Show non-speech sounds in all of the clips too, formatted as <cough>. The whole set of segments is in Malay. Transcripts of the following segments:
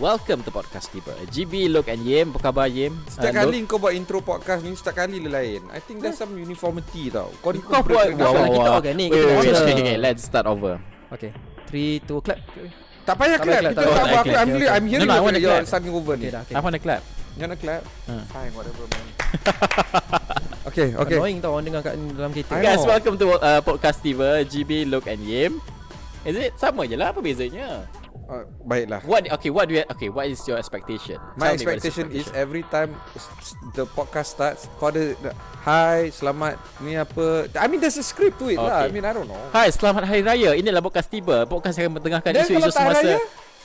welcome to podcast Tiba GB, Lok and Yem Apa khabar Yem? Setiap Ah, kali kau buat intro podcast ni Setiap kali dia lain I think there's some uniformity tau Kau, Kau buat- Lok. Wah, wah, Kita wah. organic, Wait, kita Eh, wait, wait, order. okay, okay, Let's start over Okay 3, 2, clap Tak payah clap Kita Tak payah clap, tak tak payah clap. apa aku I'm, Okay, li- okay. I'm hearing No, no, I no, wanna you're clap. starting over ni Okay dah okay. I want to clap You wanna clap? Ah. Fine whatever man Okay okay okay. Annoying tau orang dengar kat dalam kereta I Guys, know. welcome to uh, podcast Tiba GB, Lok and Yem Is it? Sama je lah, apa bezanya? uh, Baiklah What okay, what do you okay, what is your expectation? Tell My me what expectation is every time s- s- the podcast starts, kau ada hi, selamat, ni apa. I mean there's a script to it okay. lah. I Okay. mean I don't know. Hai, selamat Hari Raya. Inilah podcast tiba. Podcast yang mengetengahkan Dan isu-isu kalau tak hari semasa. raya?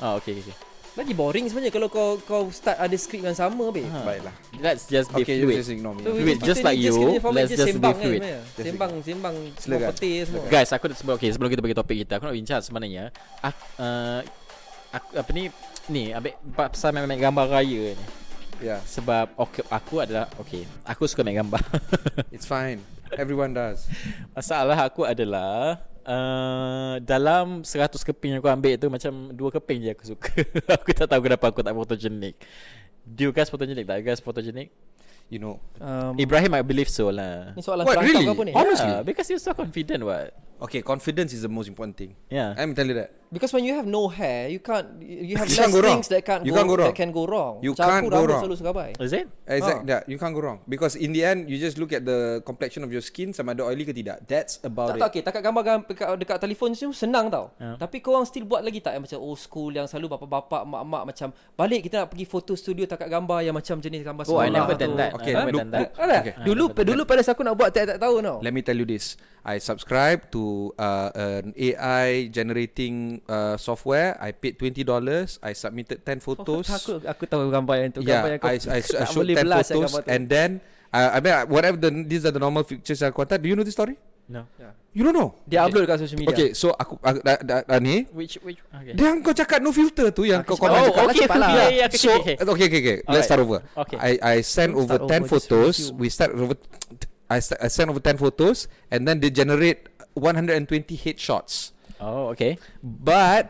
Oh, okay, okay. Lagi boring sebenarnya Kalau kau kau start ada skrip yang sama babe Ha. Baiklah. Let's just be Okay, you fluid. just ignore me. So, Fluid, kita just ni like you, kena format let's just be sembang kan fluid. sebenarnya. Just- Sembang, sembang Semua Silakan. petir semua Guys, aku sebelum okay, sebelum kita bagi topik kita, aku nak bincang sebenarnya aku, uh, aku apa ni ni ambil pasal main, main gambar raya ni. Yeah, Sebab okay, aku adalah okay, aku suka main gambar. <laughs> it's fine. Everyone does. Masalah aku adalah Uh, dalam 100 keping yang aku ambil tu Macam dua keping je aku suka <laughs> Aku tak tahu kenapa aku tak photogenic Do you guys photogenic tak? You guys photogenic? You know. um, Ibrahim I believe so lah Ni soalan What, kelakar really? ke apa ni Oh. Honestly? yeah, Because you're so confident what Okay, confidence is the most important thing. Yeah I'm telling you that. Because when you have no hair You can't You have You less can't go wrong. things that can't You go, can't go wrong. That can go wrong You Macam aku can't go rambut wrong. selalu sekabai Is it? Exactly. Yeah, you can't go wrong because in the end you just look at the complexion of your skin sama ada oily ke tidak. That's Tak about tak it. okay, takat gambar gambar dekat, dekat telefon tu senang tau. Ya. Tapi korang still buat lagi tak yang macam old school yang selalu bapak-bapak, mak-mak macam balik kita nak pergi foto studio takat gambar yang macam jenis gambar Oh, I sekolah never tu. done that. Okay, I never look, done that. look. Alah, Okay. okay. dulu dulu pada aku nak buat tak tak tahu tau. Let me tell you this. I subscribe to uh, an AI generating uh, software. I paid twenty dollars. I submitted ten Oh, photos. aku aku tahu gambar yang tu gambar yeah, yang I, I, I <laughs> tak showed boleh ten belas yang photos gambar tu. and then uh, I mean uh, whatever the these are the normal pictures yang aku hantar. Do you know this story? No You don't know. dia upload kat social media. Okay, so aku, aku dah, dah, dah ni Which which okay. Dia yang kau cakap no filter tu yang Aku kau komen cakap, oh, cakap. okay, cepat lah. okay, yeah, okay, so okay, okay okay okay, let's Alright. start over. Okay. I I send Don't over 10 start over, just photos. resume. We start over I st- I send over 10 photos and then they generate 120 headshots. Oh okay But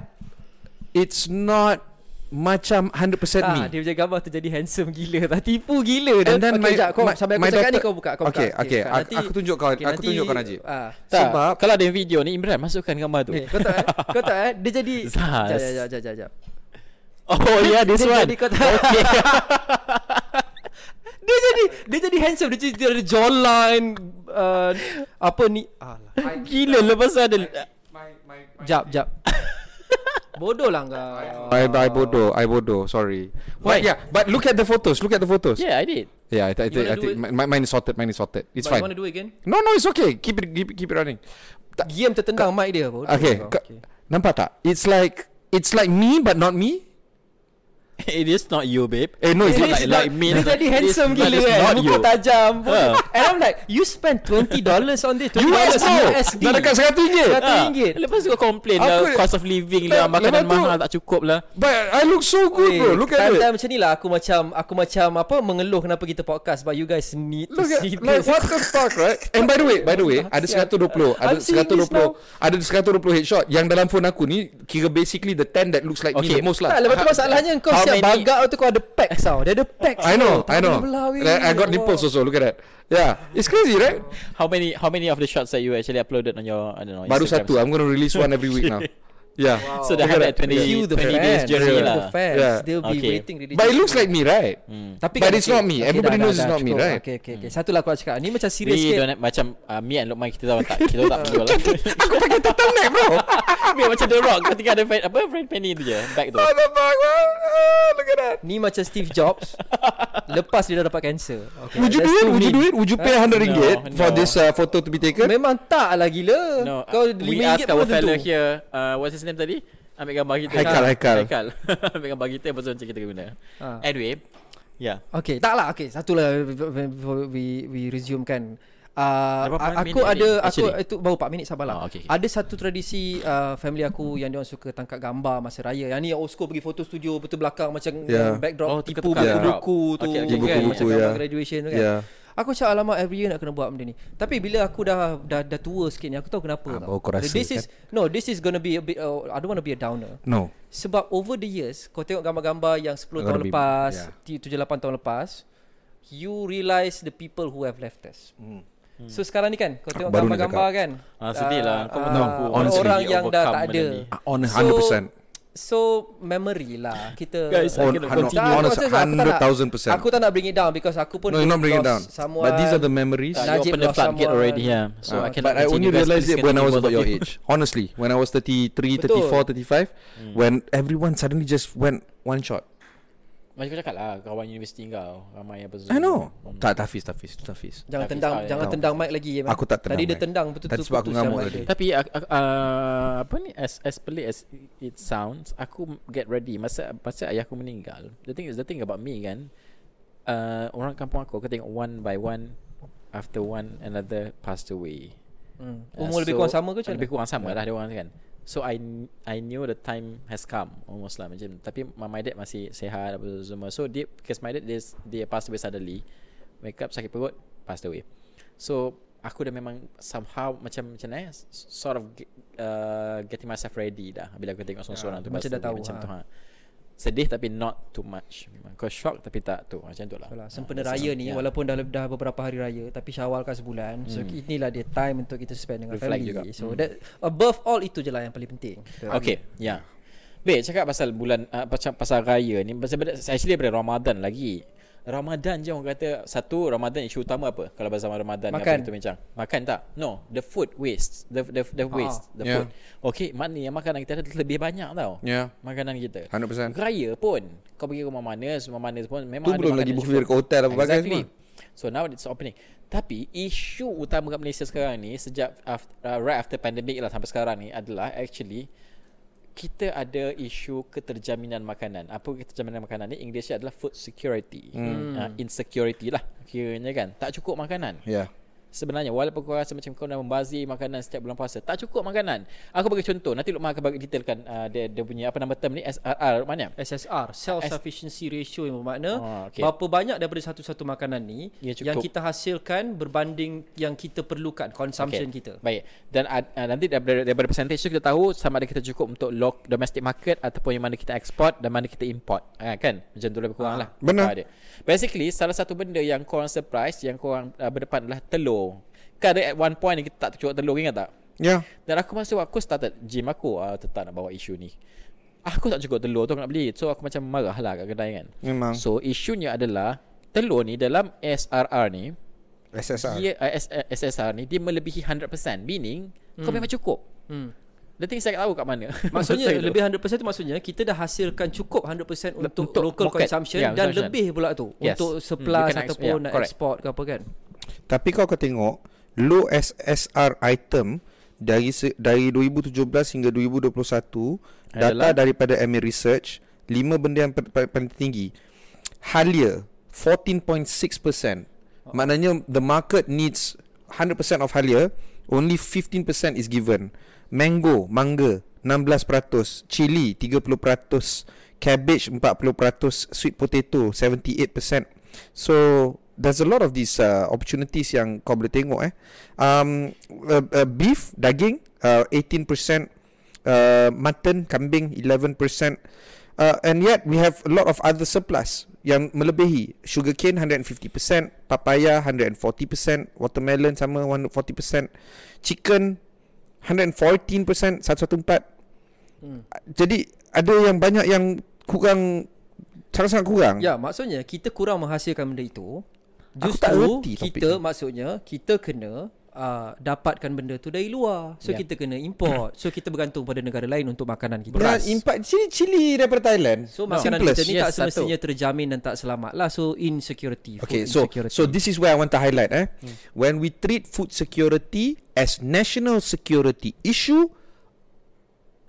it's not macam 100% Ah, me. dia punya gambar tu jadi handsome gila <laughs> tak tipu gila And then okay, my- jap, kau, my- sampai aku my cakap ni daughter- kau buka kau buka. Okay, okay, buka. aku- aku tunjuk kau- aku tunjuk kau, Najib. Ah. tak, Sebab- Kalau ada video ni Imran masukkan gambar tu Ni, kau tak eh? Kau tak eh? Dia jadi Zaz. Jap, jap, jap, jap, jap, jap. <laughs> Oh yeah this Dia one jadi kau tak Okay <laughs> Dia jadi Dia jadi handsome Dia jadi dia ada jawline uh, Apa ni Alah Gila lepas tu ada Jap jap <laughs> Bodoh lah kau I, I bodoh, I bodoh. Sorry. Why? But yeah, but look at the photos. Look at the photos. Yeah, Yeah I did <laughs> I, th- I, th- You I wanna do think it? mi- mi- mine is sorted. Mine is sorted. It's But you fine. wanna do it again No, no, it's okay. Keep it, keep it, keep it running. Ta- Game tertendang mic dia bodoh Okay, kau. ka- nampak tak? It's like it's like me but not me. It is not you babe Eh no, It is it's not. Dia Like, jadi- like me, Dia like- it jadi is- handsome but gila it's kan not Muka you. tajam Ha. And I'm like You spend 20 dollars on this 20 US tau. USD Dah dekat 100 ringgit. Satu Ah, ringgit. Lepas tu kau complain Aku- lah Cost of living lah Lepas- Makanan lepas tu- mahal tak cukup lah But I look so good, bro. Look at time, it. time macam ni lah Aku macam Aku macam apa Mengeluh kenapa kita podcast But you guys need Look at to see like this what the fuck, right? And by the way, by the way, ada 120, ada I'm seeing this 120, ada 120 headshot yang dalam phone aku ni kira basically the 10 that looks like Okay. me the most lah. Tak, lepas tu masalahnya kau How siap many- bagak tu kau ada packs tau. Dia ada packs. I know, tau. I know. Belah, weh. Like, I got nipples also. Look at that. Yeah, it's crazy, right? How many how many of the shots that you actually uploaded on your I don't know Baru Instagram satu. lah. Oh, I'm gonna release one every week <laughs> now. Yeah. So the Look at that. 120 Cue the 20 fans. days journey Cue lah the fans. Yeah. They'll be Okay. waiting really. But it looks like me, right? Tapi but kan, it's not me. Everybody knows it's not me, cukup. right? Okay, okay, okay. Satu lah aku nak cakap. Ni macam serious We sikit. don't have, macam uh, me and Lokman kita tahu tak kita tak video lah. Aku pakai turtle neck <laughs> bro Biar macam The Rock ketika ada fan, apa friend Penny tu je back tu. What the fuck man? Ah, Look at that Ni macam Steve <laughs> Jobs. lepas dia dah dapat kanser. Okay. Would you do that's it? too Would you do mean. it? Would you pay 100 ringgit No, For no. this uh, photo to be taken? Memang tak lah gila. No, kau uh, we RM5 ask pun our belum fellow tentu. here uh, what's his name tadi? Ambil gambar kita. Ah, Haikal, Haikal. Haikal. <laughs> Ambil gambar kita lepas tu macam kita guna. Ah. Anyway, Ya. uh, yeah. Okay, tak lah. Okay, satu lah before we we resume kan. Uh, Berapa a- aku minit ada ni, aku actually? itu baru 4 minit sabarlah. Oh, okay, okay. Ada satu tradisi uh, family aku yang dia orang suka tangkap gambar masa raya. Yang ni yang old school pergi foto studio betul belakang macam Yeah. yeah. backdrop Oh, tipu tukar-tukar. buku-buku Yeah. tu Okay, okay, okay. kan macam Buku-buku, gambar yeah. graduation tu kan. Yeah Aku macam alamak every year nak kena buat benda ni. Tapi bila aku dah dah, dah tua sikit ni aku tahu kenapa. Ah, tau. baru kau rasa, kan? this is no this is gonna be a bit uh, I don't want to be a downer. No. Sebab over the years Kau tengok gambar-gambar Yang 10 tahun Lebih, lepas yeah. yeah. 7-8 tahun lepas You realise The people who have left us hmm. So sekarang ni kan Kau tengok baru nak gambar-gambar kan Ah, sedih lah. Kau ah, macam aku. Orang, Honestly, orang you yang dah overcome tak benda ada ni. Ah, On 100%. So Memory lah Kita Guys, On Kena hundred- continue. honest, aku tak nak- 100,000%. Aku tak nak bring it down Because aku pun No, you're not bringing down. lost But these are the memories. Tak, Uh, you Najib open the lost floodgate someone. already, yeah. So Ah, I cannot but I continue, only guys. realized Please it when I continue, was both about of your you. age. Hmm. Honestly, when I was 33, 34, 35, when everyone suddenly just went one shot. Macam kau cakap lah Kawan universiti kau Ramai Hmm. yang berzoom I know. Tak, Tafiz, Tafiz, Tafiz. Jangan Hafiz, tendang ah, Jangan yeah. tendang mic lagi Iman. Aku tak tendang Tadi dia mic. tendang Betul-betul Tadi sebab aku putus ngamuk sama tadi. dia. Tapi ak- ak- uh, apa ni as as pelik as it sounds, aku get ready masa masa ayah aku meninggal. The thing is the thing about me kan, uh, orang kampung aku aku tengok one by one after one another passed away. Hmm. Uh, Umur lebih kurang sama ke macam Lebih mana? kurang sama lah dia orang kan. So I I knew the time has come almost lah macam tapi my, my dad masih sehat apa semua. So dia because my dad dia dia passed away suddenly. Wake up sakit perut passed away. So aku dah memang somehow macam macam mana eh s- sort of ge- uh, getting myself ready dah bila aku tengok seorang-seorang tu macam passed dah away, tahu, macam ha. tu ha. Sedih tapi not too much. Kau shock tapi tak tu macam tu lah. Alah, Ah, sempena that's all. raya Yeah. ni yeah. walaupun dah dah beberapa hari raya tapi Syawal kan sebulan. So inilah dia time untuk kita spend dengan Reflect family. Hmm. juga. Hmm. So that above all itu je lah yang paling penting. Okay, ya. Yeah. Baik, cakap pasal bulan uh, pasal, pasal raya ni pasal benda- actually daripada Ramadan lagi. Ramadan je orang kata satu Ramadan isu utama apa kalau bahasa Ramadan Makan. apa kita bincang. Makan tak? No, the food waste, the the the waste, the yeah. food. Okay, maknanya makanan kita ada lebih banyak tau. Yeah. Makanan kita. 100%. Raya pun kau pergi rumah mana, rumah mana pun memang Tu belum makanan lagi yang buffet cukup. dekat hotel apa bagai Exactly. So now it's opening. Tapi isu utama kat Malaysia sekarang ni sejak after, uh, right after pandemic lah sampai sekarang ni adalah actually kita ada isu keterjaminan makanan. Apa keterjaminan makanan ni? English adalah food security. Hmm. Uh, insecurity lah kiranya kan. Tak cukup makanan. Yeah. Sebenarnya walaupun kau rasa macam kau dah membazir makanan setiap bulan puasa, tak cukup makanan. Aku bagi contoh, nanti Lukman akan bagi detailkan uh, dia, dia punya apa nama term ni SRR mana? SSR self sufficiency ratio yang Ah, bermakna oh, okay. okay. berapa banyak daripada satu-satu makanan ni Ya, cukup. yang kita hasilkan berbanding yang kita perlukan consumption okay. kita. Baik. Dan ad- uh, nanti daripada, daripada percentage tu kita tahu sama ada kita cukup untuk loc- domestic market ataupun yang mana kita ekspor dan mana kita import. Ha, kan? Macam tu lebih kurang lah. benar. Ah, dia. Basically salah satu benda yang korang surprise yang korang uh, berdepan adalah telur. Kan ada at one point kita tak cukup telur ingat tak? Yeah. Dan aku masa aku started gym aku uh, tetap nak bawa isu ni. Aku tak cukup telur tu aku nak beli. So aku macam marah lah kat kedai kan. Memang. So isunya adalah telur ni dalam SRR ni SSR. dia uh, S- uh, SSR ni dia melebihi 100% meaning hmm. kau memang cukup. Hmm. The thing saya tak tahu kat mana. <laughs> Maksudnya Saya tak lebih 100% tu maksudnya kita dah hasilkan cukup 100% untuk, untuk untuk local market. consumption Ya, yeah, dan consumption. lebih pula tu Yes. yes. untuk Hmm, surplus you can hmm, ex- Ya, ataupun yeah, nak correct. export ke apa kan. Hmm. Tapi kau kau tengok low SSR item dari se- dari 2017 hingga 2021 Adalah- data daripada MA Research lima benda yang pa- pa- paling tinggi. Halia 14.6%. Maknanya the market needs 100% of halia, only 15% is given. Mango, mangga 16%, chili 30%, cabbage 40%, sweet potato 78%. So there's a lot of these uh, opportunities yang kau boleh tengok eh. Um uh, uh, beef, daging uh, 18%, uh, mutton, kambing 11%. Uh, and yet we have a lot of other surplus yang melebihi sugarcane 150%, papaya 140%, watermelon sama 140%, chicken 114%, 114. Hmm. Hmm. Jadi ada yang banyak yang kurang sangat-sangat kurang. Ya, maksudnya kita kurang menghasilkan benda itu. Aku tak Justru reti topik kita ni. maksudnya kita kena uh, dapatkan benda tu dari luar. So Ya. yeah. kita kena import. So kita bergantung pada negara lain untuk makanan kita. Dan impact cili cili daripada Thailand. So makanan Simplest. kita ni kan Yes, tak satu. semestinya terjamin dan tak selamat lah. So insecurity. food Okay, so insecurity. so this is where I want to highlight eh. Hmm. When we treat food security as national security issue,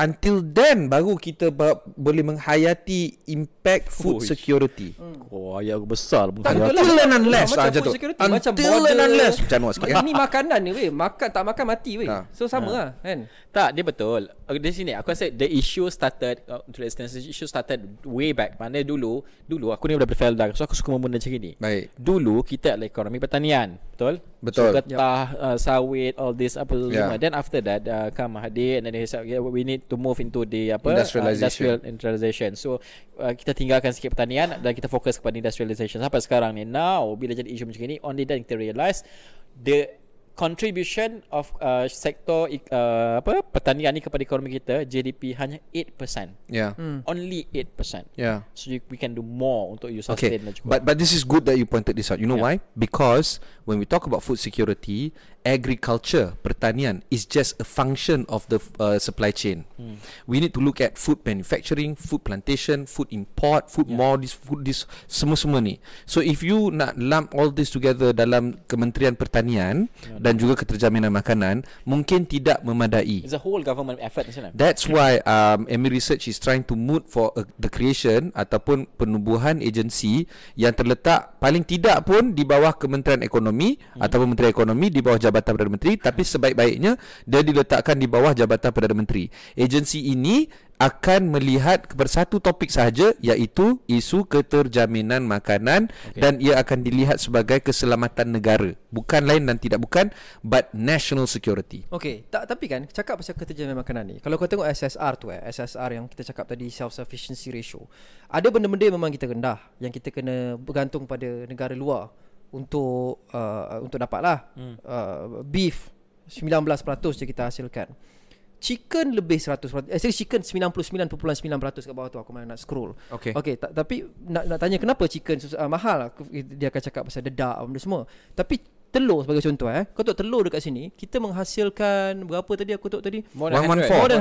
Until then baru kita ba- boleh menghayati impact food Uish. security. Oh, ayat aku besar lah Tak menghayati. Hmm. Until betul lah. and unless Macam ah, macam food tu. security, macam Until and border. unless Macam mana sikit Ni makanan ni weh Makan tak makan mati weh Ha. So sama lah kan Tak, dia betul. Uh, Di sini aku rasa the issue started uh, to the extent the issue started way back. Mana dulu, dulu aku ni daripada Felda. So aku suka memenda macam ni. Baik. Dulu kita ada ekonomi pertanian, betul? Betul. So getah, yep. uh, sawit, all this apa yeah. Yeah. semua. Then after that uh, come Mahathir and then they said yeah, we need to move into the apa Industrialisation. Uh, industrial industrialization. So uh, kita tinggalkan sikit pertanian dan kita fokus kepada industrialization sampai sekarang ni. Now bila jadi isu macam ni only then kita realise the contribution of uh, sektor ik- uh, apa pertanian ni kepada ekonomi kita GDP hanya 8%. Yeah. Only 8%. Yeah. So you, we can do more untuk you sustain Okay, dan juga. but but this is good that you pointed this out. You know Yeah. why? Because when we talk about food security, agriculture, pertanian is just a function of the uh, supply chain. We need to look at food manufacturing, food plantation, food import, food more, this food this semua semua ni. So if you nak lump all this together dalam Kementerian Pertanian dan juga Keterjaminan Makanan, mungkin tidak memadai. It's a whole government effort macam mana? That's why um, ME Research is trying to move for uh, the creation ataupun penubuhan agensi yang terletak paling tidak pun di bawah Kementerian Ekonomi hmm. ataupun Menteri Ekonomi di bawah Jabatan Perdana Menteri tapi sebaik-baiknya dia diletakkan di bawah Jabatan Perdana Menteri. Agensi ini akan melihat bersatu topik sahaja iaitu isu keterjaminan makanan okay. dan ia akan dilihat sebagai keselamatan negara. Bukan lain dan tidak bukan but national security. Okay, tak, tapi kan cakap pasal keterjaminan makanan ni. Kalau kau tengok SSR tu eh, SSR yang kita cakap tadi self sufficiency ratio. Ada benda-benda yang memang kita rendah yang kita kena bergantung pada negara luar untuk uh, untuk dapatlah. Hmm. Uh, beef 19% je kita hasilkan. Chicken lebih 100%. Actually chicken 99.9% kat bawah tu aku mana nak scroll. Okay. Okay, ta- tapi nak, nak tanya kenapa chicken sus- uh, mahal? Aku, dia akan cakap pasal dedak apa benda semua. Tapi telur sebagai contoh eh. Kau tahu telur dekat sini, kita menghasilkan berapa tadi aku tahu tadi? More 114. More than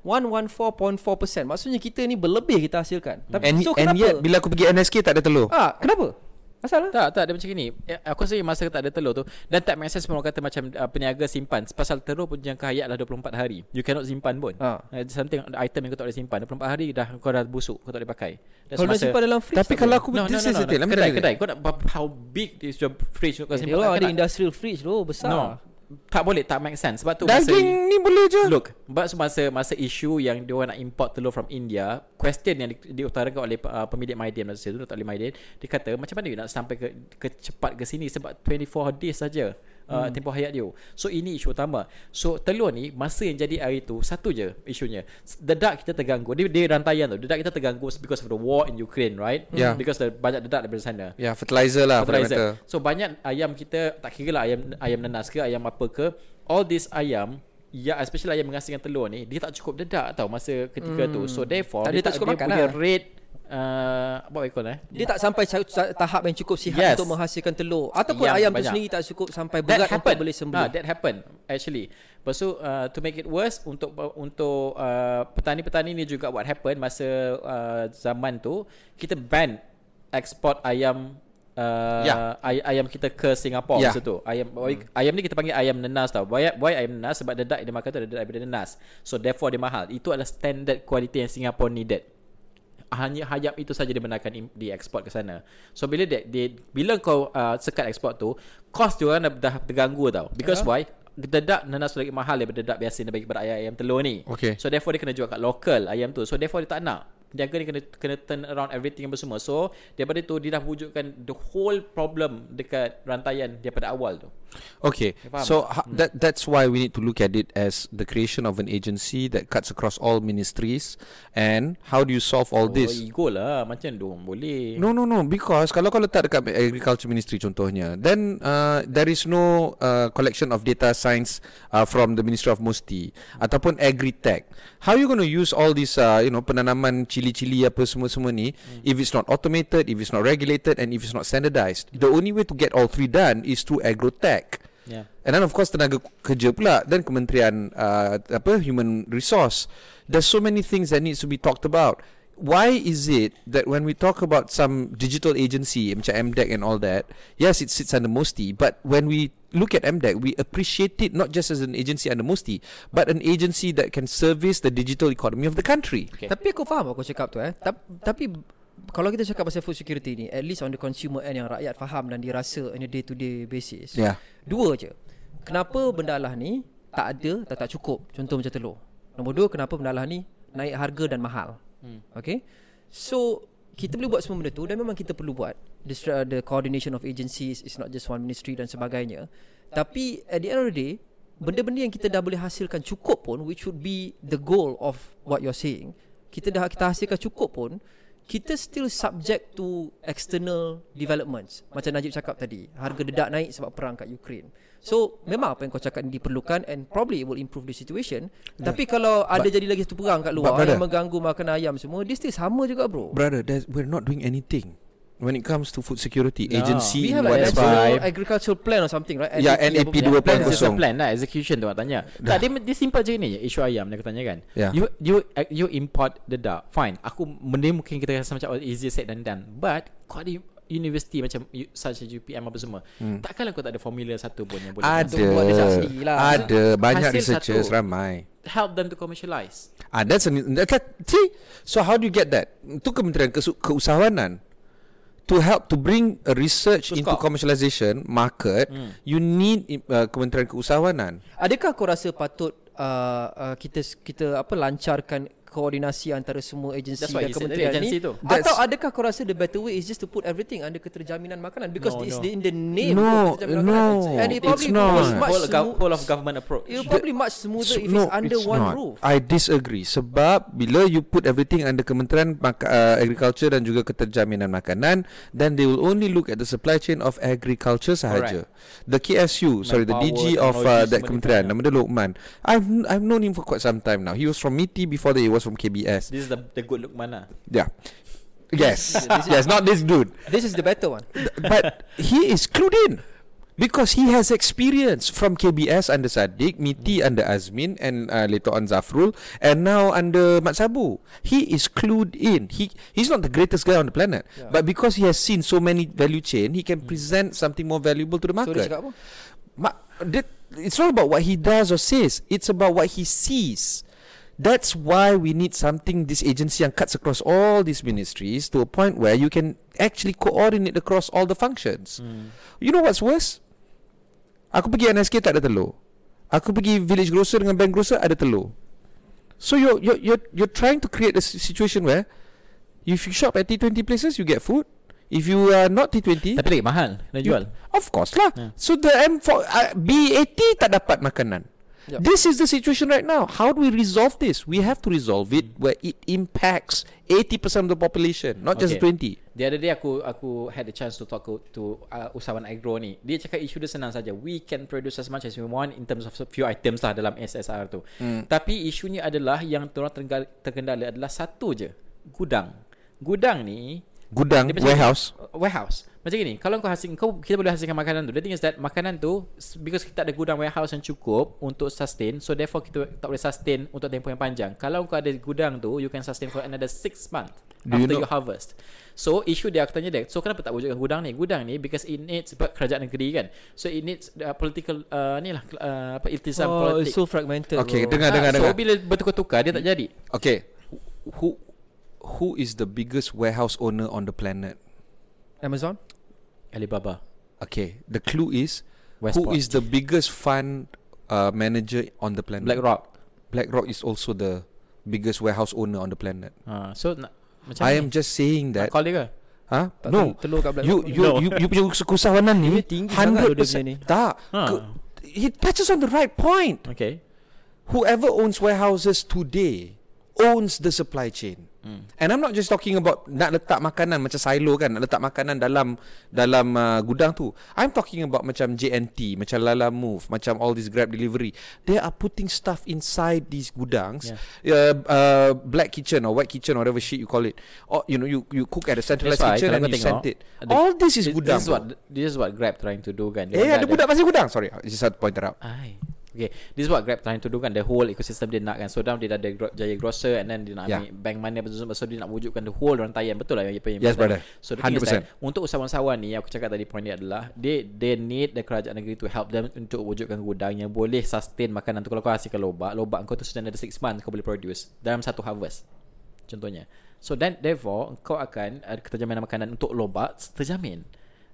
100. 100%. More than 114. 114.4%. Maksudnya kita ni berlebih kita hasilkan. Tapi And, so and kenapa? yet bila aku pergi NSK tak ada telur. ah, kenapa? lah. Masalah? Tak, tak, dia macam ni. Eh, Aku rasa masa tak ada telur tu dan tak make sense orang kata macam uh, peniaga simpan pasal telur pun jangka hayat lah 24 hari. You cannot simpan pun. Ha. Uh, something item yang kau tak boleh simpan 24 hari dah kau dah busuk, kau tak boleh pakai. That's Kalau nak masa- simpan dalam fridge Tapi tak kalau boleh? aku no, no, no, no, this is no, the thing. Let me kedai, tell you kedai. Kau nak how big is your fridge kau Dia simpan? orang tak, ada tak- industrial fridge tu besar. No. Tak boleh, tak make sense. Sebab tu Daging masa ni boleh je. Look, but masa masa isu yang dia orang nak import telur from India, question yang di, diutarakan oleh uh, pemilik Maiden masa itu, Dr. Ali Maiden, dia kata macam mana you nak sampai ke, ke cepat ke sini sebab 24 days saja uh, hmm. tempoh hayat dia. So ini isu utama. So telur ni masa yang jadi hari tu satu je isunya. S- Dedak kita terganggu. Dia, dia rantaian tu. Dedak kita terganggu because of the war in Ukraine, right? Yeah. Because the, banyak dedak daripada sana Ya, yeah, fertilizer lah. fertilizer. eh. So banyak ayam kita tak kira lah ayam ayam nanas ke ayam apa ke all this ayam ya especially ayam menghasilkan telur ni dia tak cukup dedak tau masa ketika hmm. tu. So therefore Tak, dia tak cukup dia makan punya lah. rate uh, apa ikon eh? Dia tak sampai ca- ca- tahap yang cukup sihat yes. Yes. untuk menghasilkan telur ataupun Yang ayam tu banyak. sendiri tak cukup sampai That berat untuk happened. boleh sembelih. Ah, that happened actually. Lepas tu uh, to make it worse untuk untuk uh, petani-petani ni juga what happened masa uh, zaman tu kita ban ekspor ayam Uh, Ya. ay- ayam kita ke Singapura Ya. yeah. masa tu ayam hmm. ayam ni kita panggil ayam nenas tau why, why ayam nenas sebab dedak dia makan tu ada dedak daripada nenas so therefore dia mahal itu adalah standard quality yang Singapore needed hanya hayam itu saja dibenarkan im- dieksport ke sana. So bila dia, dia bila kau uh, sekat ekspor tu, cost dia orang dah, dah terganggu tau. Because yeah. Ya. why? Dedak nanas lagi mahal daripada dedak biasa yang dia bagi pada ayam, ayam telur ni. Okay. So therefore dia kena jual kat lokal ayam tu. So therefore dia tak nak. Penjaga ni kena kena turn around everything apa semua. So daripada tu dia dah wujudkan the whole problem dekat rantaian daripada awal tu. Okay, faham so ha- that that's why we need to look at it as the creation of an agency that cuts across all ministries. And how do you solve all this? Oh, ego lah macam dong boleh. No, no, no. Because kalau kau letak dekat agriculture ministry contohnya, then uh, there is no uh, collection of data science uh, from the Ministry of Musti ataupun agri-tech. How you going to use all this, uh, you know, penanaman cili-cili apa semua-semua ni if it's not automated, if it's not regulated, and if it's not standardized? The only way to get all three done is through agrotech. Yeah. And then of course tenaga kerja pula dan Kementerian uh, apa human resource. There's so many things that needs to be talked about. why is it that when we talk about some digital agency macam MDEC and all that, yes, it sits under Mosti, but when we look at MDEC, we appreciate it not just as an agency under Mosti, but an agency that can service the digital economy of the country. Okay. Tapi aku faham aku cakap tu eh. Ta- tapi kalau kita cakap pasal food security ni, at least on the consumer end yang rakyat faham dan dirasa on a day to day basis. Yeah. Dua je. Kenapa benda Allah ni tak ada atau tak cukup? Contoh macam telur. Nombor dua, kenapa benda Allah ni naik harga dan mahal? Hmm. Okay. So, kita boleh buat semua benda tu dan memang kita perlu buat. The, stra- the coordination of agencies is not just one ministry dan sebagainya. Tapi at the end of the day, benda-benda yang kita dah boleh hasilkan cukup pun which would be the goal of what you're saying. Kita dah kita hasilkan cukup pun kita still subject to external developments macam Najib cakap tadi harga dedak naik sebab perang kat Ukraine so memang apa yang kau cakap ni diperlukan and probably it will improve the situation tapi kalau ada jadi lagi satu perang kat luar brother- yang mengganggu makan ayam semua dia still sama juga bro Brother, there's- we're not doing anything when it comes to food security No. agency. we have what like whatever. that's national why- agricultural plan or something right Yeah, NAP dua Plan Plan is just a kosong. plan lah Execution tu nak tanya Tak dia, dia simple je ni je Isu ayam dia aku tanya kan Yeah. You you you import the duck Fine Aku Benda mungkin kita rasa macam oh, Easier said than done But Kau ada universiti macam you- Such as UPM apa semua Takkanlah kau tak ada formula satu pun Yang boleh Hmm. ada, untuk buat research. sendiri lah. ada banyak Hasil researchers satu. ramai. Help them to commercialize Ah, that's an, that, that, see, so how do you get that? Itu Kementerian Kesu- Keusahawanan to help to bring a research Betul into kau. Hmm. commercialization market. You need uh, Kementerian Keusahawanan. Adakah kau rasa patut uh, uh, kita kita apa lancarkan koordinasi antara semua agensi That's what dan you said kementerian tadi, agensi ni tu. atau adakah kau rasa the better way is just to put everything under keterjaminan makanan because No, it's no. the- in the name No, of keterjaminan no, makanan and it it's probably not. was much Whole, smooth, gov- whole of government approach it'll probably much smoother So, if it's under one roof I disagree sebab bila you put everything under Kementerian Maka- uh, Agriculture dan juga Keterjaminan Makanan then they will only look at the supply chain of agriculture sahaja. The KSU, sorry the Manpower, DG of uh, technology, that semua kementerian dia nama dia Lokman. I've kn- I've known him for quite some time now. He was from MITI before that he was from KBS. This is the, the good look lah. mana Yeah. <laughs> Yes. yes, not this dude. this is the better one But he is clued in because he has experience from KBS under Sadiq, Miti under Azmin, and uh, later on Zafrul, and now under Mat Sabu. He is clued in. He he's not the greatest guy on the planet, but because he has seen so many value chain, he can present something more valuable to the Hmm. so market. dia cakap apa Ma- that, it's not about what he does or says. It's about what he sees. That's why we need something this agency and cuts across all these ministries to a point where you can actually coordinate across all the functions. You know what's worse? Aku pergi NSK tak ada telur. Aku pergi village grocer dengan bank grocer ada telur. So you're you're you're, you're trying to create a si- situation where if you shop at T20 places you get food. If you are not T20 Tapi lagi mahal Nak You- jual Of course lah. Yeah. So the M4 uh, BAT tak dapat makanan. Yup. This is the situation right now. How do we resolve this? We have to resolve it where it impacts 80% of the population, not just Okay. 20. The other day aku aku had the chance to talk to, to uh, usahawan agro ni. Dia cakap isu dia senang saja. We can produce as much as we want in terms of few items lah dalam SSR tu. Hmm. Tapi isunya adalah yang orang terkendala adalah satu je, gudang. Gudang ni Gudang, dia macam- warehouse. uh, warehouse. Macam gini, kalau kau hasil kau kita boleh hasilkan makanan tu. The thing is that makanan tu s- because kita tak ada gudang warehouse yang cukup untuk sustain, so therefore kita tak boleh sustain untuk tempoh yang panjang. Kalau kau ada gudang tu, you can sustain for another 6 month Do after you know- you, harvest. So issue dia aku tanya dia, so kenapa tak wujudkan gudang ni? Gudang ni because it needs sebab kerajaan negeri kan. So it needs uh, political uh, ni lah uh, apa iltizam oh, politik. Ah, it's so fragmented Okay, bro. dengar, dengar, so dengar. Hmm. bila bertukar-tukar dia tak jadi. Okay. Who who is the biggest warehouse owner on the planet? Amazon Alibaba. Okay. The clue is who Westport. is the biggest fund uh, manager on the planet? BlackRock. BlackRock is also the biggest warehouse owner on the planet. Uh, so nak, macam I ni. am just saying Nak that. call dia ke? Huh? tak No. telur kat Black You Rock. you, No. you you punya keusahawanan ni Dia tinggi sangat hundred loh dia punya ni. percent tak. Ha. Ke- He touches on the right point. Okay. Whoever owns warehouses today owns the supply chain. And I'm not just talking about nak letak makanan macam silo kan, nak letak makanan dalam dalam uh, gudang tu. I'm talking about macam JNT, macam Lala Move, macam all this Grab delivery. They are putting stuff inside these gudangs, uh, uh, black kitchen or white kitchen, whatever shit you call it. Or you know you you cook at a centralized why kitchen kalau and kau you tengok, send it. ada- All this is This, gudang. this is what this is what Grab trying to do kan. Eh ada budak budak masih gudang Sorry It's just satu pointer out Ai. Okay This is what Grab trying to do kan The whole ecosystem dia nak kan So down dia dah ada gro- Jaya Grocer And then dia nak yeah. Yeah. ambil Bank mana apa semua. So dia nak wujudkan The whole rantaian Betul lah yang apa yang Yes, yang- brother. So the thing is 100%. that Untuk usahawan-usahawan ni Yang aku cakap tadi point dia adalah They they need the kerajaan negeri To help them Untuk wujudkan gudang Yang boleh sustain makanan tu Kalau kau hasilkan lobak Lobak kau tu sudah ada 6 months Kau boleh produce Dalam satu harvest Contohnya So then therefore Kau akan uh, Keterjaminan makanan Untuk lobak Terjamin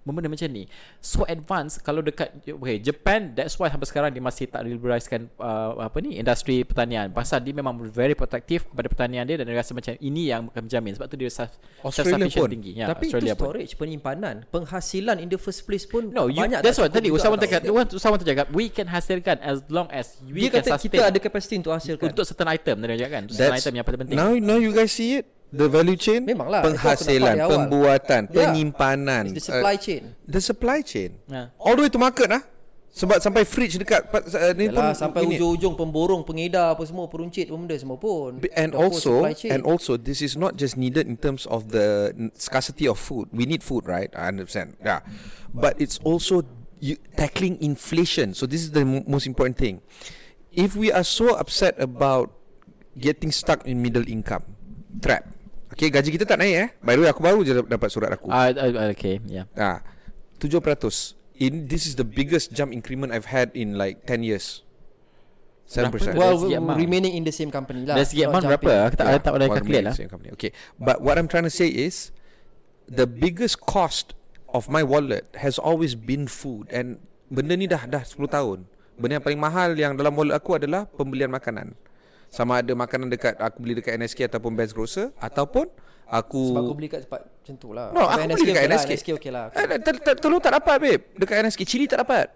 Benda macam ni So advance Kalau dekat okay, Japan That's why sampai sekarang Dia masih tak liberaliskan uh, Apa ni Industri pertanian Pasal dia memang Very protective Kepada pertanian dia Dan dia rasa macam Ini yang akan menjamin Sebab tu dia self, Australia self-sufficient pun. tinggi Ya, Yeah, Tapi Australia itu storage pun. penyimpanan Penghasilan in the first place pun No, Oh, you, banyak that's tak what cukup tadi juga usahawan tau. cakap. Usahawan tu cakap, we can hasilkan as long as we Dia can kata sustain Kan? kita ada capacity untuk hasilkan untuk certain item tadi dia cakap kan. Untuk certain item yang paling penting. Now, now you guys see it. The value chain. Memanglah, itu aku nampak Penghasilan, dari awal. pembuatan, Yeah. penyimpanan. It's the uh, supply Ya. chain the supply chain. Ha. All the way to market lah. Sebab sampai fridge dekat pas- uh, ni Yalah, pun sampai ini. ujung-ujung pemborong, pengedar apa semua, peruncit apa benda semua pun. B- And The whole also, supply chain. and also, this is not just needed in terms of the n- scarcity of food. We need food, right? I understand. Yeah, but it's also you, tackling inflation. So this is the mo- most important thing. If we are so upset about getting stuck in middle income trap, okay, gaji kita tak naik eh. By the way, aku baru je dap- dapat surat aku. Ah, ah, okay, yeah. Ah, tujuh peratus. In this is the biggest jump increment I've had in like 10 years. Seven Berapa tu? percent. well, dari segi amount. remaining in the same company lah. Dari segi Not amount jumping. berapa? Aku tak Yeah, tak boleh one calculate lah. million is your company. Okay, but what I'm trying to say is, the biggest cost of my wallet has always been food and benda ni dah dah 10 tahun. Benda yang paling mahal yang dalam wallet aku adalah pembelian makanan. Sama ada makanan dekat aku beli dekat NSK ataupun Best Grocer ataupun aku Sebab aku beli kat tempat macam tu lah. No, aku beli dekat okey lah, NSK. NSK okey lah. Eh, tel- tel- Telur tak dapat babe. Dekat NSK cili tak dapat.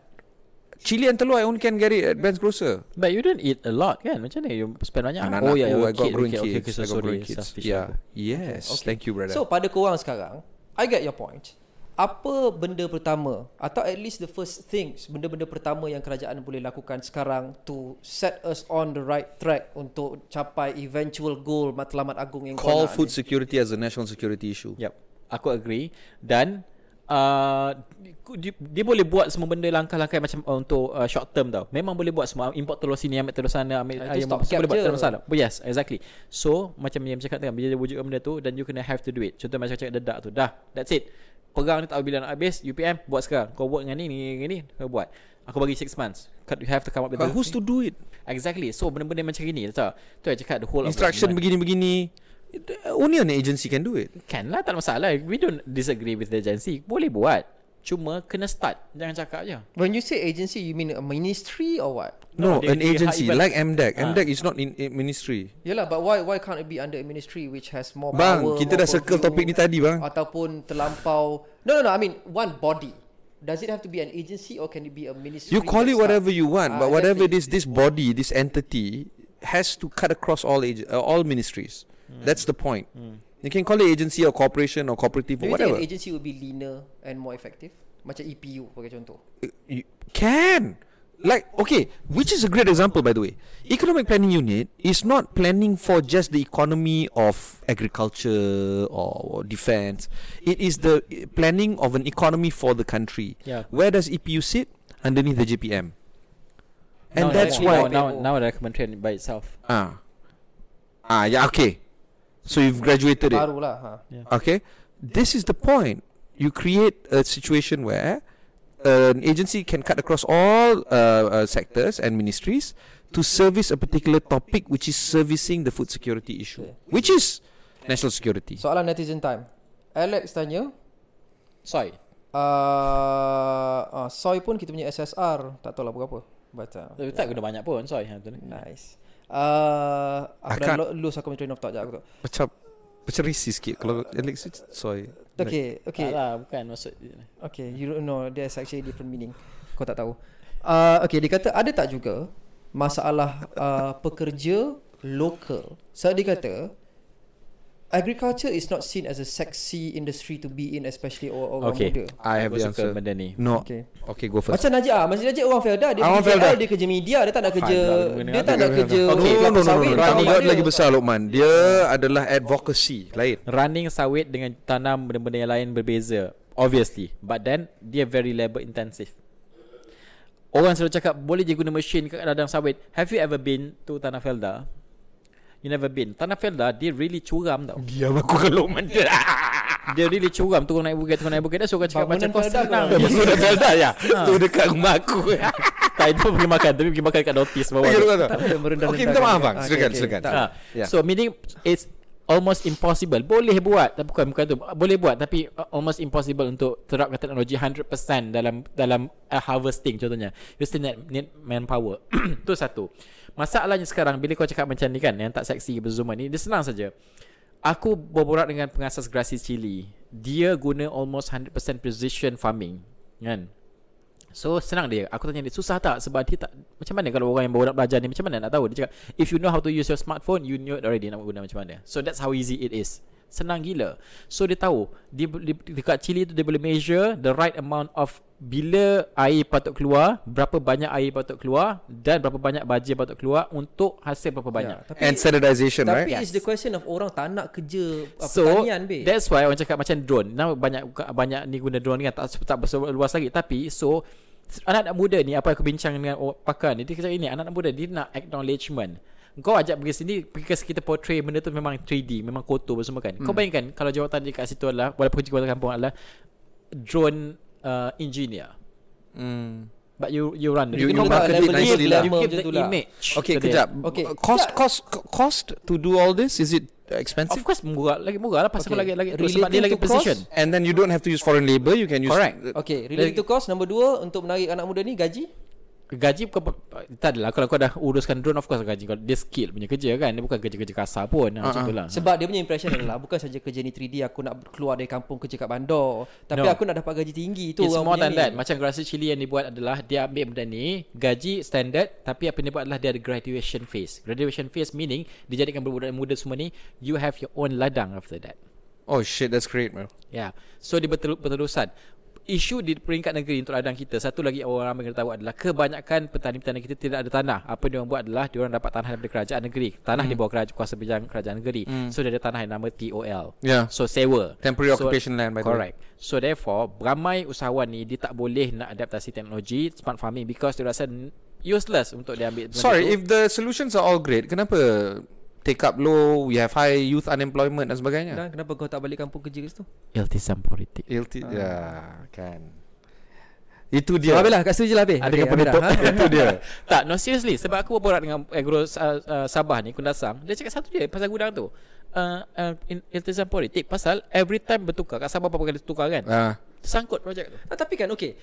Cili and telur I only can get it at Ben's Grocer. But you don't eat a lot kan? Macam ni you spend banyak. Oh, Anak-anak Oh, ya, yeah, your aku, I got kid, grown okay, okay, kids. okay, so I got sorry, grown kids. selfish Yeah. aku. Yes. Thank you brother. So, pada korang sekarang, I get your point. Apa benda pertama atau at least the first things, benda-benda pertama yang kerajaan boleh lakukan sekarang to set us on the right track untuk capai eventual goal matlamat agung yang kau call nak food ni? security as a national security issue. Yep. Aku agree dan uh, dia, dia boleh buat semua benda langkah-langkah macam uh, untuk uh, short term tau. Memang boleh buat semua import telur sini, ambil telur sana, ambil Ah, itu ayam stock bukan stock boleh buat je. tak ada masalah. But yes, exactly. So macam yang cakap tadi bila dia wujudkan benda tu dan you kena have to do it. Contoh macam cakap dedak tu. Dah, that's it. Pegang ni tak tahu bila nak habis UPM buat sekarang. Kau buat dengan ni ni ni, ni kau buat. Aku bagi 6 months. Cut- You have to come up with the- But who's to do it? Exactly. So benda-benda macam ni tau. Tu yang cakap the whole of the Instruction month. begini-begini. It- Only an agency can do it. Can lah tak ada masalah We don't disagree with the agency Boleh buat Cuma kena start Jangan cakap je When you say agency, you mean a ministry or what? No, No, they- an they hi- agency even- like MDEC. Ah. MDEC is not in, in ministry. Yelah but why why can't it be under a ministry which has more Bang, power kita more dah circle purview, topik ni tadi, bang. Ataupun terlampau No no no I mean one body Does it have to be an agency or can it be a ministry You call it that's whatever not- you want, Ah, but whatever it exactly. is, this body, this entity has to cut across all age, uh, all ministries. Hmm. That's the point. You can call it agency or corporation or cooperative Do or you whatever. think an agency will be leaner and more effective? Macam E EPU sebagai contoh you can like okay which is a great example by the way economic planning unit is not planning for just the economy of agriculture or, or defense it is the eh, planning of an economy for the country Yeah. where does epu sit underneath the jpm and Now- that's now, why Now, now, now the documentary by itself ah ah yeah okay so you've graduated it Barulah ha. Okay, this is the point. You create a situation where an agency can cut across all uh, uh, sectors and ministries to service a particular topic, which is servicing the food security issue, Okay. which is national security. Soalan netizen time Alex tanya Sorry uh, uh, Soy pun kita punya SSR Tak tahu lah berapa But uh, Tapi Eh, Tak guna banyak pun Sorry ha, tu ni. Nice uh, I Aku dah can't- lo- lose aku punya train of thought Sekejap aku tu Macam macam racist sikit kalau Alex soy. Okay, Tak okay. lah bukan maksud Okay, you don't know there's actually different meaning. Kau tak tahu. Uh, okay, dia kata ada tak juga masalah uh, pekerja lokal. So dia kata agriculture is not seen as a sexy industry to be in especially orang orang Okay. muda. I have Aku the suka answer. benda ni No. Okay, Okay. go first. Macam Najib ah, macam Najib orang Felda dia Ah, orang pergi Felda. KL, dia kerja media, dia tak nak kerja Fine lah, dia dia tak mengenal- nak dia kerja Okay, no, no, no, no, sawit, no. tanam Tanggung jawab dia. lagi besar Lokman. Dia adalah advocacy lain. Running sawit dengan tanam benda-benda yang lain berbeza Obviously But then Dia very labor intensive Orang selalu cakap boleh je guna mesin kat ladang sawit. Have you ever been to Tanah Felda? You never been. Tanah Felda dia really curam tau. Diam aku kalau <laughs> manja. Dia really curam turun naik bukit turun naik bukit. That's orang cakap Bangunan macam kau Felda senang. kau. Yes. Aku <laughs> dah dah ya. Tu dekat rumah aku. <laughs> tak itu pergi makan tapi pergi makan dekat notice bawah. Ya, tu. rumah tu. Tak boleh merendah Okey, minta maaf bang. Ah, okey, Silakan, okey. silakan. Tak. Ha. Ya. Yeah. So meaning it's almost impossible. Boleh buat, tapi bukan bukan tu. Boleh buat tapi uh, almost impossible untuk terapkan teknologi 100% dalam dalam uh, harvesting contohnya. You still need, need manpower. <clears throat> tu satu. Masalahnya sekarang bila kau cakap macam ni kan yang tak seksi berzuma ni dia senang saja. Aku berborak dengan pengasas grasi Chili. Dia guna almost 100% precision farming. Kan? So senang dia Aku tanya dia Susah tak Sebab dia tak Macam mana kalau orang yang baru nak belajar ni Macam mana nak tahu Dia cakap If you know how to use your smartphone You know it already Nak guna macam mana So that's how easy it is Senang gila So dia tahu dia, bo- dia Dekat Chili tu Dia boleh measure The right amount of Bila air patut keluar Berapa banyak air patut keluar Dan berapa banyak baja patut keluar Untuk hasil berapa banyak Ya, tapi And standardization, tapi right? ya, it's the question of orang tak nak kerja uh, So pertanian be. that's why orang cakap macam drone. Now banyak banyak ni guna drone ni kan tak tak besar luas lagi tapi so anak-anak muda ni apa aku bincang dengan orang pakar ni dia kata ini anak-anak muda dia nak acknowledgement. Kau ajak pergi sini Because kita portray benda tu memang 3D Memang kotor apa semua kan Hmm. Kau bayangkan Kalau jawatan dia kat situ adalah Walaupun jawatan kampung adalah Drone uh, engineer Hmm. But you you run the You- drone. you market it You give- nicely lah. You give Macam the tu lah. image Okay, to them. kejap. Okay. Cost, Tak. cost, cost to do all this is it expensive? Of course murah Lagi murah lah Pasal okay. Okay. lagi, lagi Sebab Relating dia lagi to cost, precision And then you don't have to use foreign labor. You can use Correct. Okay, related to cost nombor dua untuk menarik anak muda ni gaji. Gaji kau Tak adalah Kalau kau dah uruskan drone Of course gaji kau Dia skill punya kerja kan Dia bukan kerja-kerja kasar pun uh-huh. Macam tu lah Sebab dia punya impression adalah bukan saja kerja ni 3D aku nak keluar dari kampung kerja kat bandar, tapi No. aku nak dapat gaji tinggi Itu tu Ah. It's orang more punya than ni. that Macam grasi chili yang dibuat adalah Dia ambil benda ni Gaji standard Tapi apa yang dia buat adalah Dia ada graduation phase Graduation phase meaning Dia jadikan budak-budak muda semua ni You have your own ladang after that Oh shit, that's great, man. Ya. Yeah. So dia berteru- berterusan. Isu di peringkat negeri untuk ladang kita satu lagi orang ramai kena tahu adalah kebanyakan petani-petani kita tidak ada tanah. Apa dia orang buat adalah dia orang dapat tanah daripada kerajaan negeri. Tanah Hmm. mm. di bawah kerajaan kuasa bejang kerajaan negeri. Mm. So dia ada tanah yang nama TOL. Yeah. So sewa. Hmm. Ya. Temporary so, occupation land, by the way. Correct. So therefore ramai usahawan ni dia tak boleh nak adaptasi teknologi smart farming because dia rasa n- useless untuk dia ambil benda Sorry, tu. if the solutions are all great, kenapa take up low, we have high youth unemployment dan sebagainya? Dan kenapa kau tak balik kampung kerja kat situ? iltisam politik. Ilti, ya kan. Itu Yeah. dia. So, habis lah, kat situ je lah habis. Ya. Ada okay, penutup. Itu dia. <laughs> Tak, no seriously Sebab aku berborak dengan Agro uh, uh, Sabah ni Kundasang Dia cakap satu je Pasal gudang tu uh, uh, in- Iltisan politik Pasal every time bertukar Kat Sabah berapa kali tukar kan Ah, Tersangkut projek tu Ah, tapi kan okay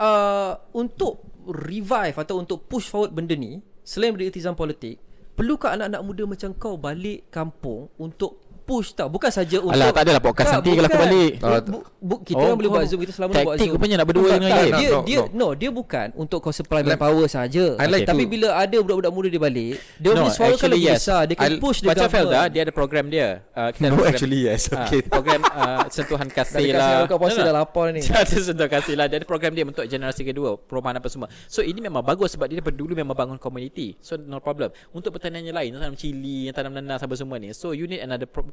uh, Untuk revive atau untuk push forward benda ni Selain dari iltizam politik Perlukah anak-anak muda macam kau balik kampung Untuk push tau Bukan saja untuk Ah, Alah, tak adalah podcast nanti kalau aku bukan. balik. Bu, bu, bu, kita Oh, orang boleh kau buat Zoom Kita selalu buat taktik Zoom rupanya nak berdua Bukan, dengan tak, Ian. dia, No, dia, no. no. dia bukan untuk kau supply manpower sahaja I like Tapi to- bila ada budak-budak muda dia balik Dia punya suara kan actually lebih besar Dia can I'll- push the Macam Felda government Dia ada program dia uh, kita ada no, program, actually yes. ah, Okay. Program uh, Sentuhan Dah Kasih dekat lah saya buka puasa No, no. dah lapar ni <laughs> Satu sudah kasih lah Dari program dia Untuk generasi kedua Perumahan apa semua So ini memang bagus Sebab dia daripada dulu Memang bangun community So no problem Untuk pertanian yang lain Tanam cili yang Tanam nanas apa semua ni So you need another pro-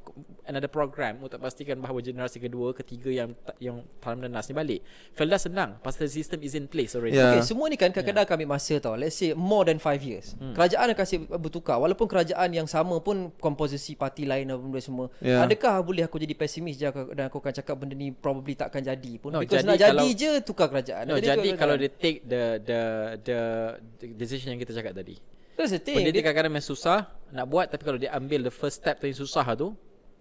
Another program Untuk pastikan bahawa Generasi kedua Ketiga yang ta- Yang tanam nanas ni balik Felda senang Pasal system is in place already Yeah. Okay, semua ni kan Ya. kadang-kadang akan ambil masa tau. Let's say more than 5 years. Hmm. Kerajaan akan asyik bertukar. Walaupun kerajaan yang sama pun komposisi parti lain dan benda semua. Yeah. Yeah. Ya. Adakah boleh aku jadi pesimis je aku- dan aku akan cakap benda ni probably takkan jadi pun. No, No, jadi Because nak jadi kalau- je tukar kerajaan. No, Nak jadi tukar kalau kerajaan. dia take the, the the the decision yang kita cakap tadi. That's the thing. Benda kan- Eh, Dia, tu kadang-kadang memang susah nak buat tapi kalau dia ambil the first step tu yang susah tu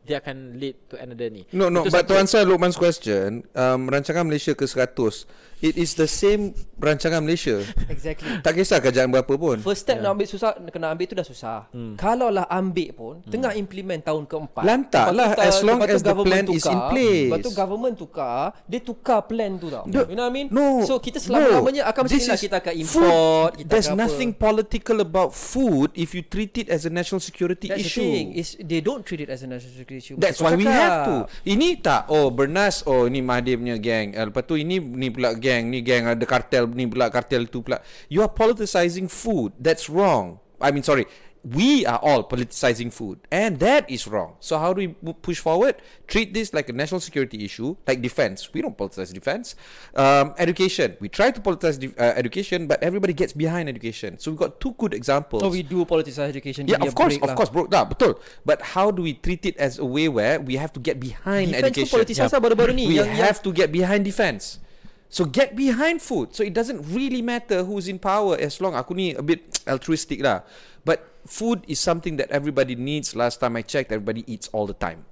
dia akan lead to another ni. No, no. Itu but to satu. answer Lukman's question, um, rancangan Malaysia ke 100, it is the same rancangan Malaysia. exactly. Tak kisah kerajaan berapa pun. First step yeah. nak ambil susah kena ambil tu dah susah. Hmm. Kalau lah ambil pun hmm. tengah implement tahun keempat. Lantak Lepas tu lah, ta- as long lepas tu as the government plan is in place. Lepas tu government tukar, dia tukar plan tu tau. The- you know what I mean? No. so kita selama-lamanya akan macam This ni lah is kita akan food. import, kita There's akan nothing apa. political about food if you treat it as a national security That's issue. the thing. Is they don't treat it as a national security issue. That's Kau why we cakap. have to. Ini tak oh Bernas oh ni Mahathir punya gang. Uh, lepas tu ini ni pula gang, ni gang ada kartel, ni pula kartel tu pula. You are politicizing food. That's wrong. I mean sorry. we are all politicizing food, and that is wrong. So how do we mo- push forward? Treat this like a national security issue, like defense. We don't politicize defense. Um, education. We try to politicize de- uh, education, but everybody gets behind education. So we've got two good examples. So Oh, we do politicize education. yeah, give me of a course, break of lah. course, bro. Nah, betul. But how do we treat it as a way where we have to get behind Defense pun education? politicize lah baru-baru ni. We Yang, have to get behind defense. So get behind food. So it doesn't really matter who's in power as long aku ni a bit altruistic lah. But food is something that everybody needs. Last time I checked, everybody eats all the time.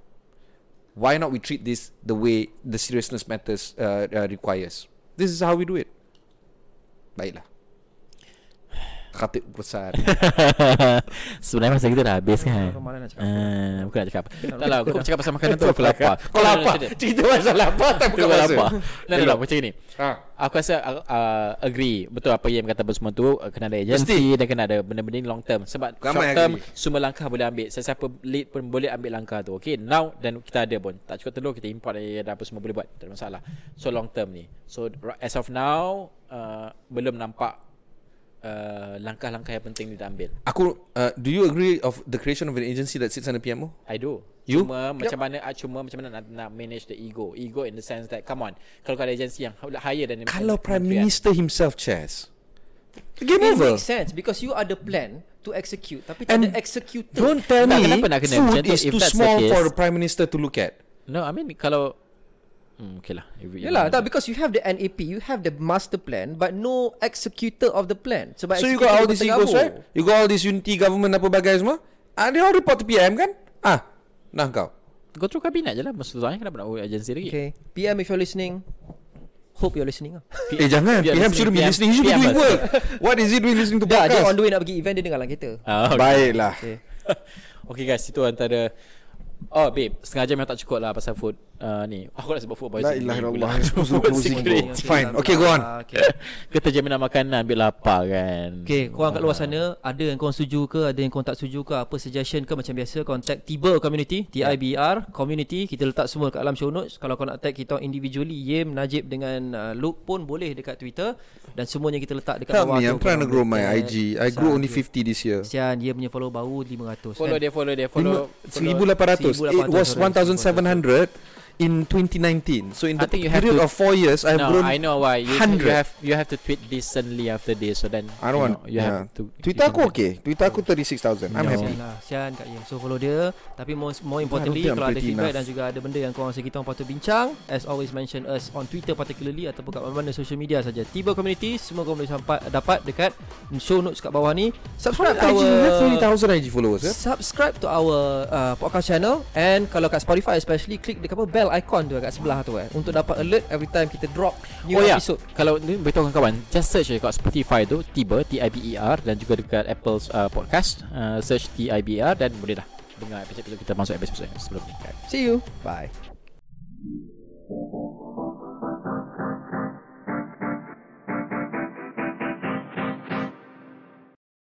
Why not we treat this the way the seriousness matters uh, uh, requires? This is how we do it. Baiklah. <sighs> Khatib besar. <laughs> Sebenarnya masa kita dah habis kan Kau malas nak cakap. uh, Bukan nak cakap Tak lah Kau cakap pasal makanan tu Aku lapar Kau lapar. Cerita pasal lapar tak Aku buka masa. lapar Nah, nah, nah, macam ni Ha. Aku rasa uh, agree betul apa yang kata semua tu uh, kena ada agensi dan kena ada benda-benda ni long term sebab Ramai short term agree. semua langkah boleh ambil sesiapa lead pun boleh ambil langkah tu okay now dan kita ada pun tak cukup telur kita import dari ada apa semua boleh buat tak ada masalah so long term ni so ra- as of now uh, belum nampak uh, langkah-langkah yang penting ni diambil Aku uh, do you agree of the creation of an agency that sits under PMO? I do. You? Cuma yep. macam mana ah, cuma macam mana nak, nak manage the ego. Ego in the sense that come on. Kalau kau ada agensi yang higher than Kalau than Prime kementerian. Minister himself chairs. Game It over. makes sense because you are the plan to execute tapi tak And ada executor. Don't tell Tak, me kenapa nak kena food macam tu? is If too that's the small for case- the Prime Minister to look at. No, I mean kalau hmm, okay lah. If we- Yalah, tak because you have the NAP, you have the master plan but no executor of the plan. Sebab So you got executor all tu these bertengabur. egos, right? You got all this unity government apa bagai semua. Ah, they all report to PM kan? Ah, nah kau. Kau through kabinet je lah Maksud saya kenapa nak urut agensi lagi Okay. PM if you're listening, hope you're <laughs> listening lah. Eh jangan, Biar PM listening, shouldn't be PM listening. He should be PM doing first. work. What is he doing listening to Dah, dia on podcast? the way nak pergi event dia dengar lah kita. Ah, okay. Baiklah. Okay. <laughs> okay guys Itu antara Oh babe Sengaja memang tak cukup lah Pasal food uh, Ni Aku nak sebut food La poisoning ilaha ni illallah. pula. It's <laughs> supposed to Food closing, bro. security. It's fine. Okay, go on. Ah, Okay. Kata jaminan makanan lah, Ambil lapar kan Okay, korang kat luar sana ada yang korang setuju ke, ada yang korang tak setuju ke, apa suggestion ke macam biasa contact Tiba Community, Ya. TIBR Community, kita letak semua kat dalam show notes. Kalau korang nak tag kita individually, Yem, Najib dengan uh, Luke pun boleh dekat Twitter dan semuanya kita letak dekat Help bawah me, tu. I'm trying to Korang grow boleh my tag. IG. I grew only 50 this year. Kesian, dia punya follow baru 500. Follow kan? dia follow dia Lima- lah, Follow follow. 1800 it was 1800, sorry, 1700 in 2019 so in I the think you have period to- of 4 years i've No grown I know why you, you 100. have you have to tweet decently after this So then I you don't want- know, You have to Twitter you aku can- okay Twitter aku 36000 I'm Ya, happy Sian lah Sian Kak Yim So follow dia Tapi more, more importantly I don't think I'm Kalau ada pretty feedback lah. enough. Dan juga ada benda yang korang rasa kita orang patut bincang As always mention us On Twitter particularly Ataupun kat mana-mana social media saja Tiba community Semua korang boleh sampai, dapat Dekat show notes kat bawah ni Subscribe to IG you have our 20000 IG followers eh? Subscribe to our uh, podcast channel And kalau kat Spotify especially Klik dekat apa bell icon tu kat sebelah tu eh Untuk dapat alert every time kita drop new oh, episode Ya. Kalau ni beritahu kawan-kawan, just search je kat Spotify tu Tiba TIBER E dan juga dekat Apple uh, podcast uh, search TIBER dan boleh dah dengar episod-episod kita masuk episod sebelum ni. See you Bye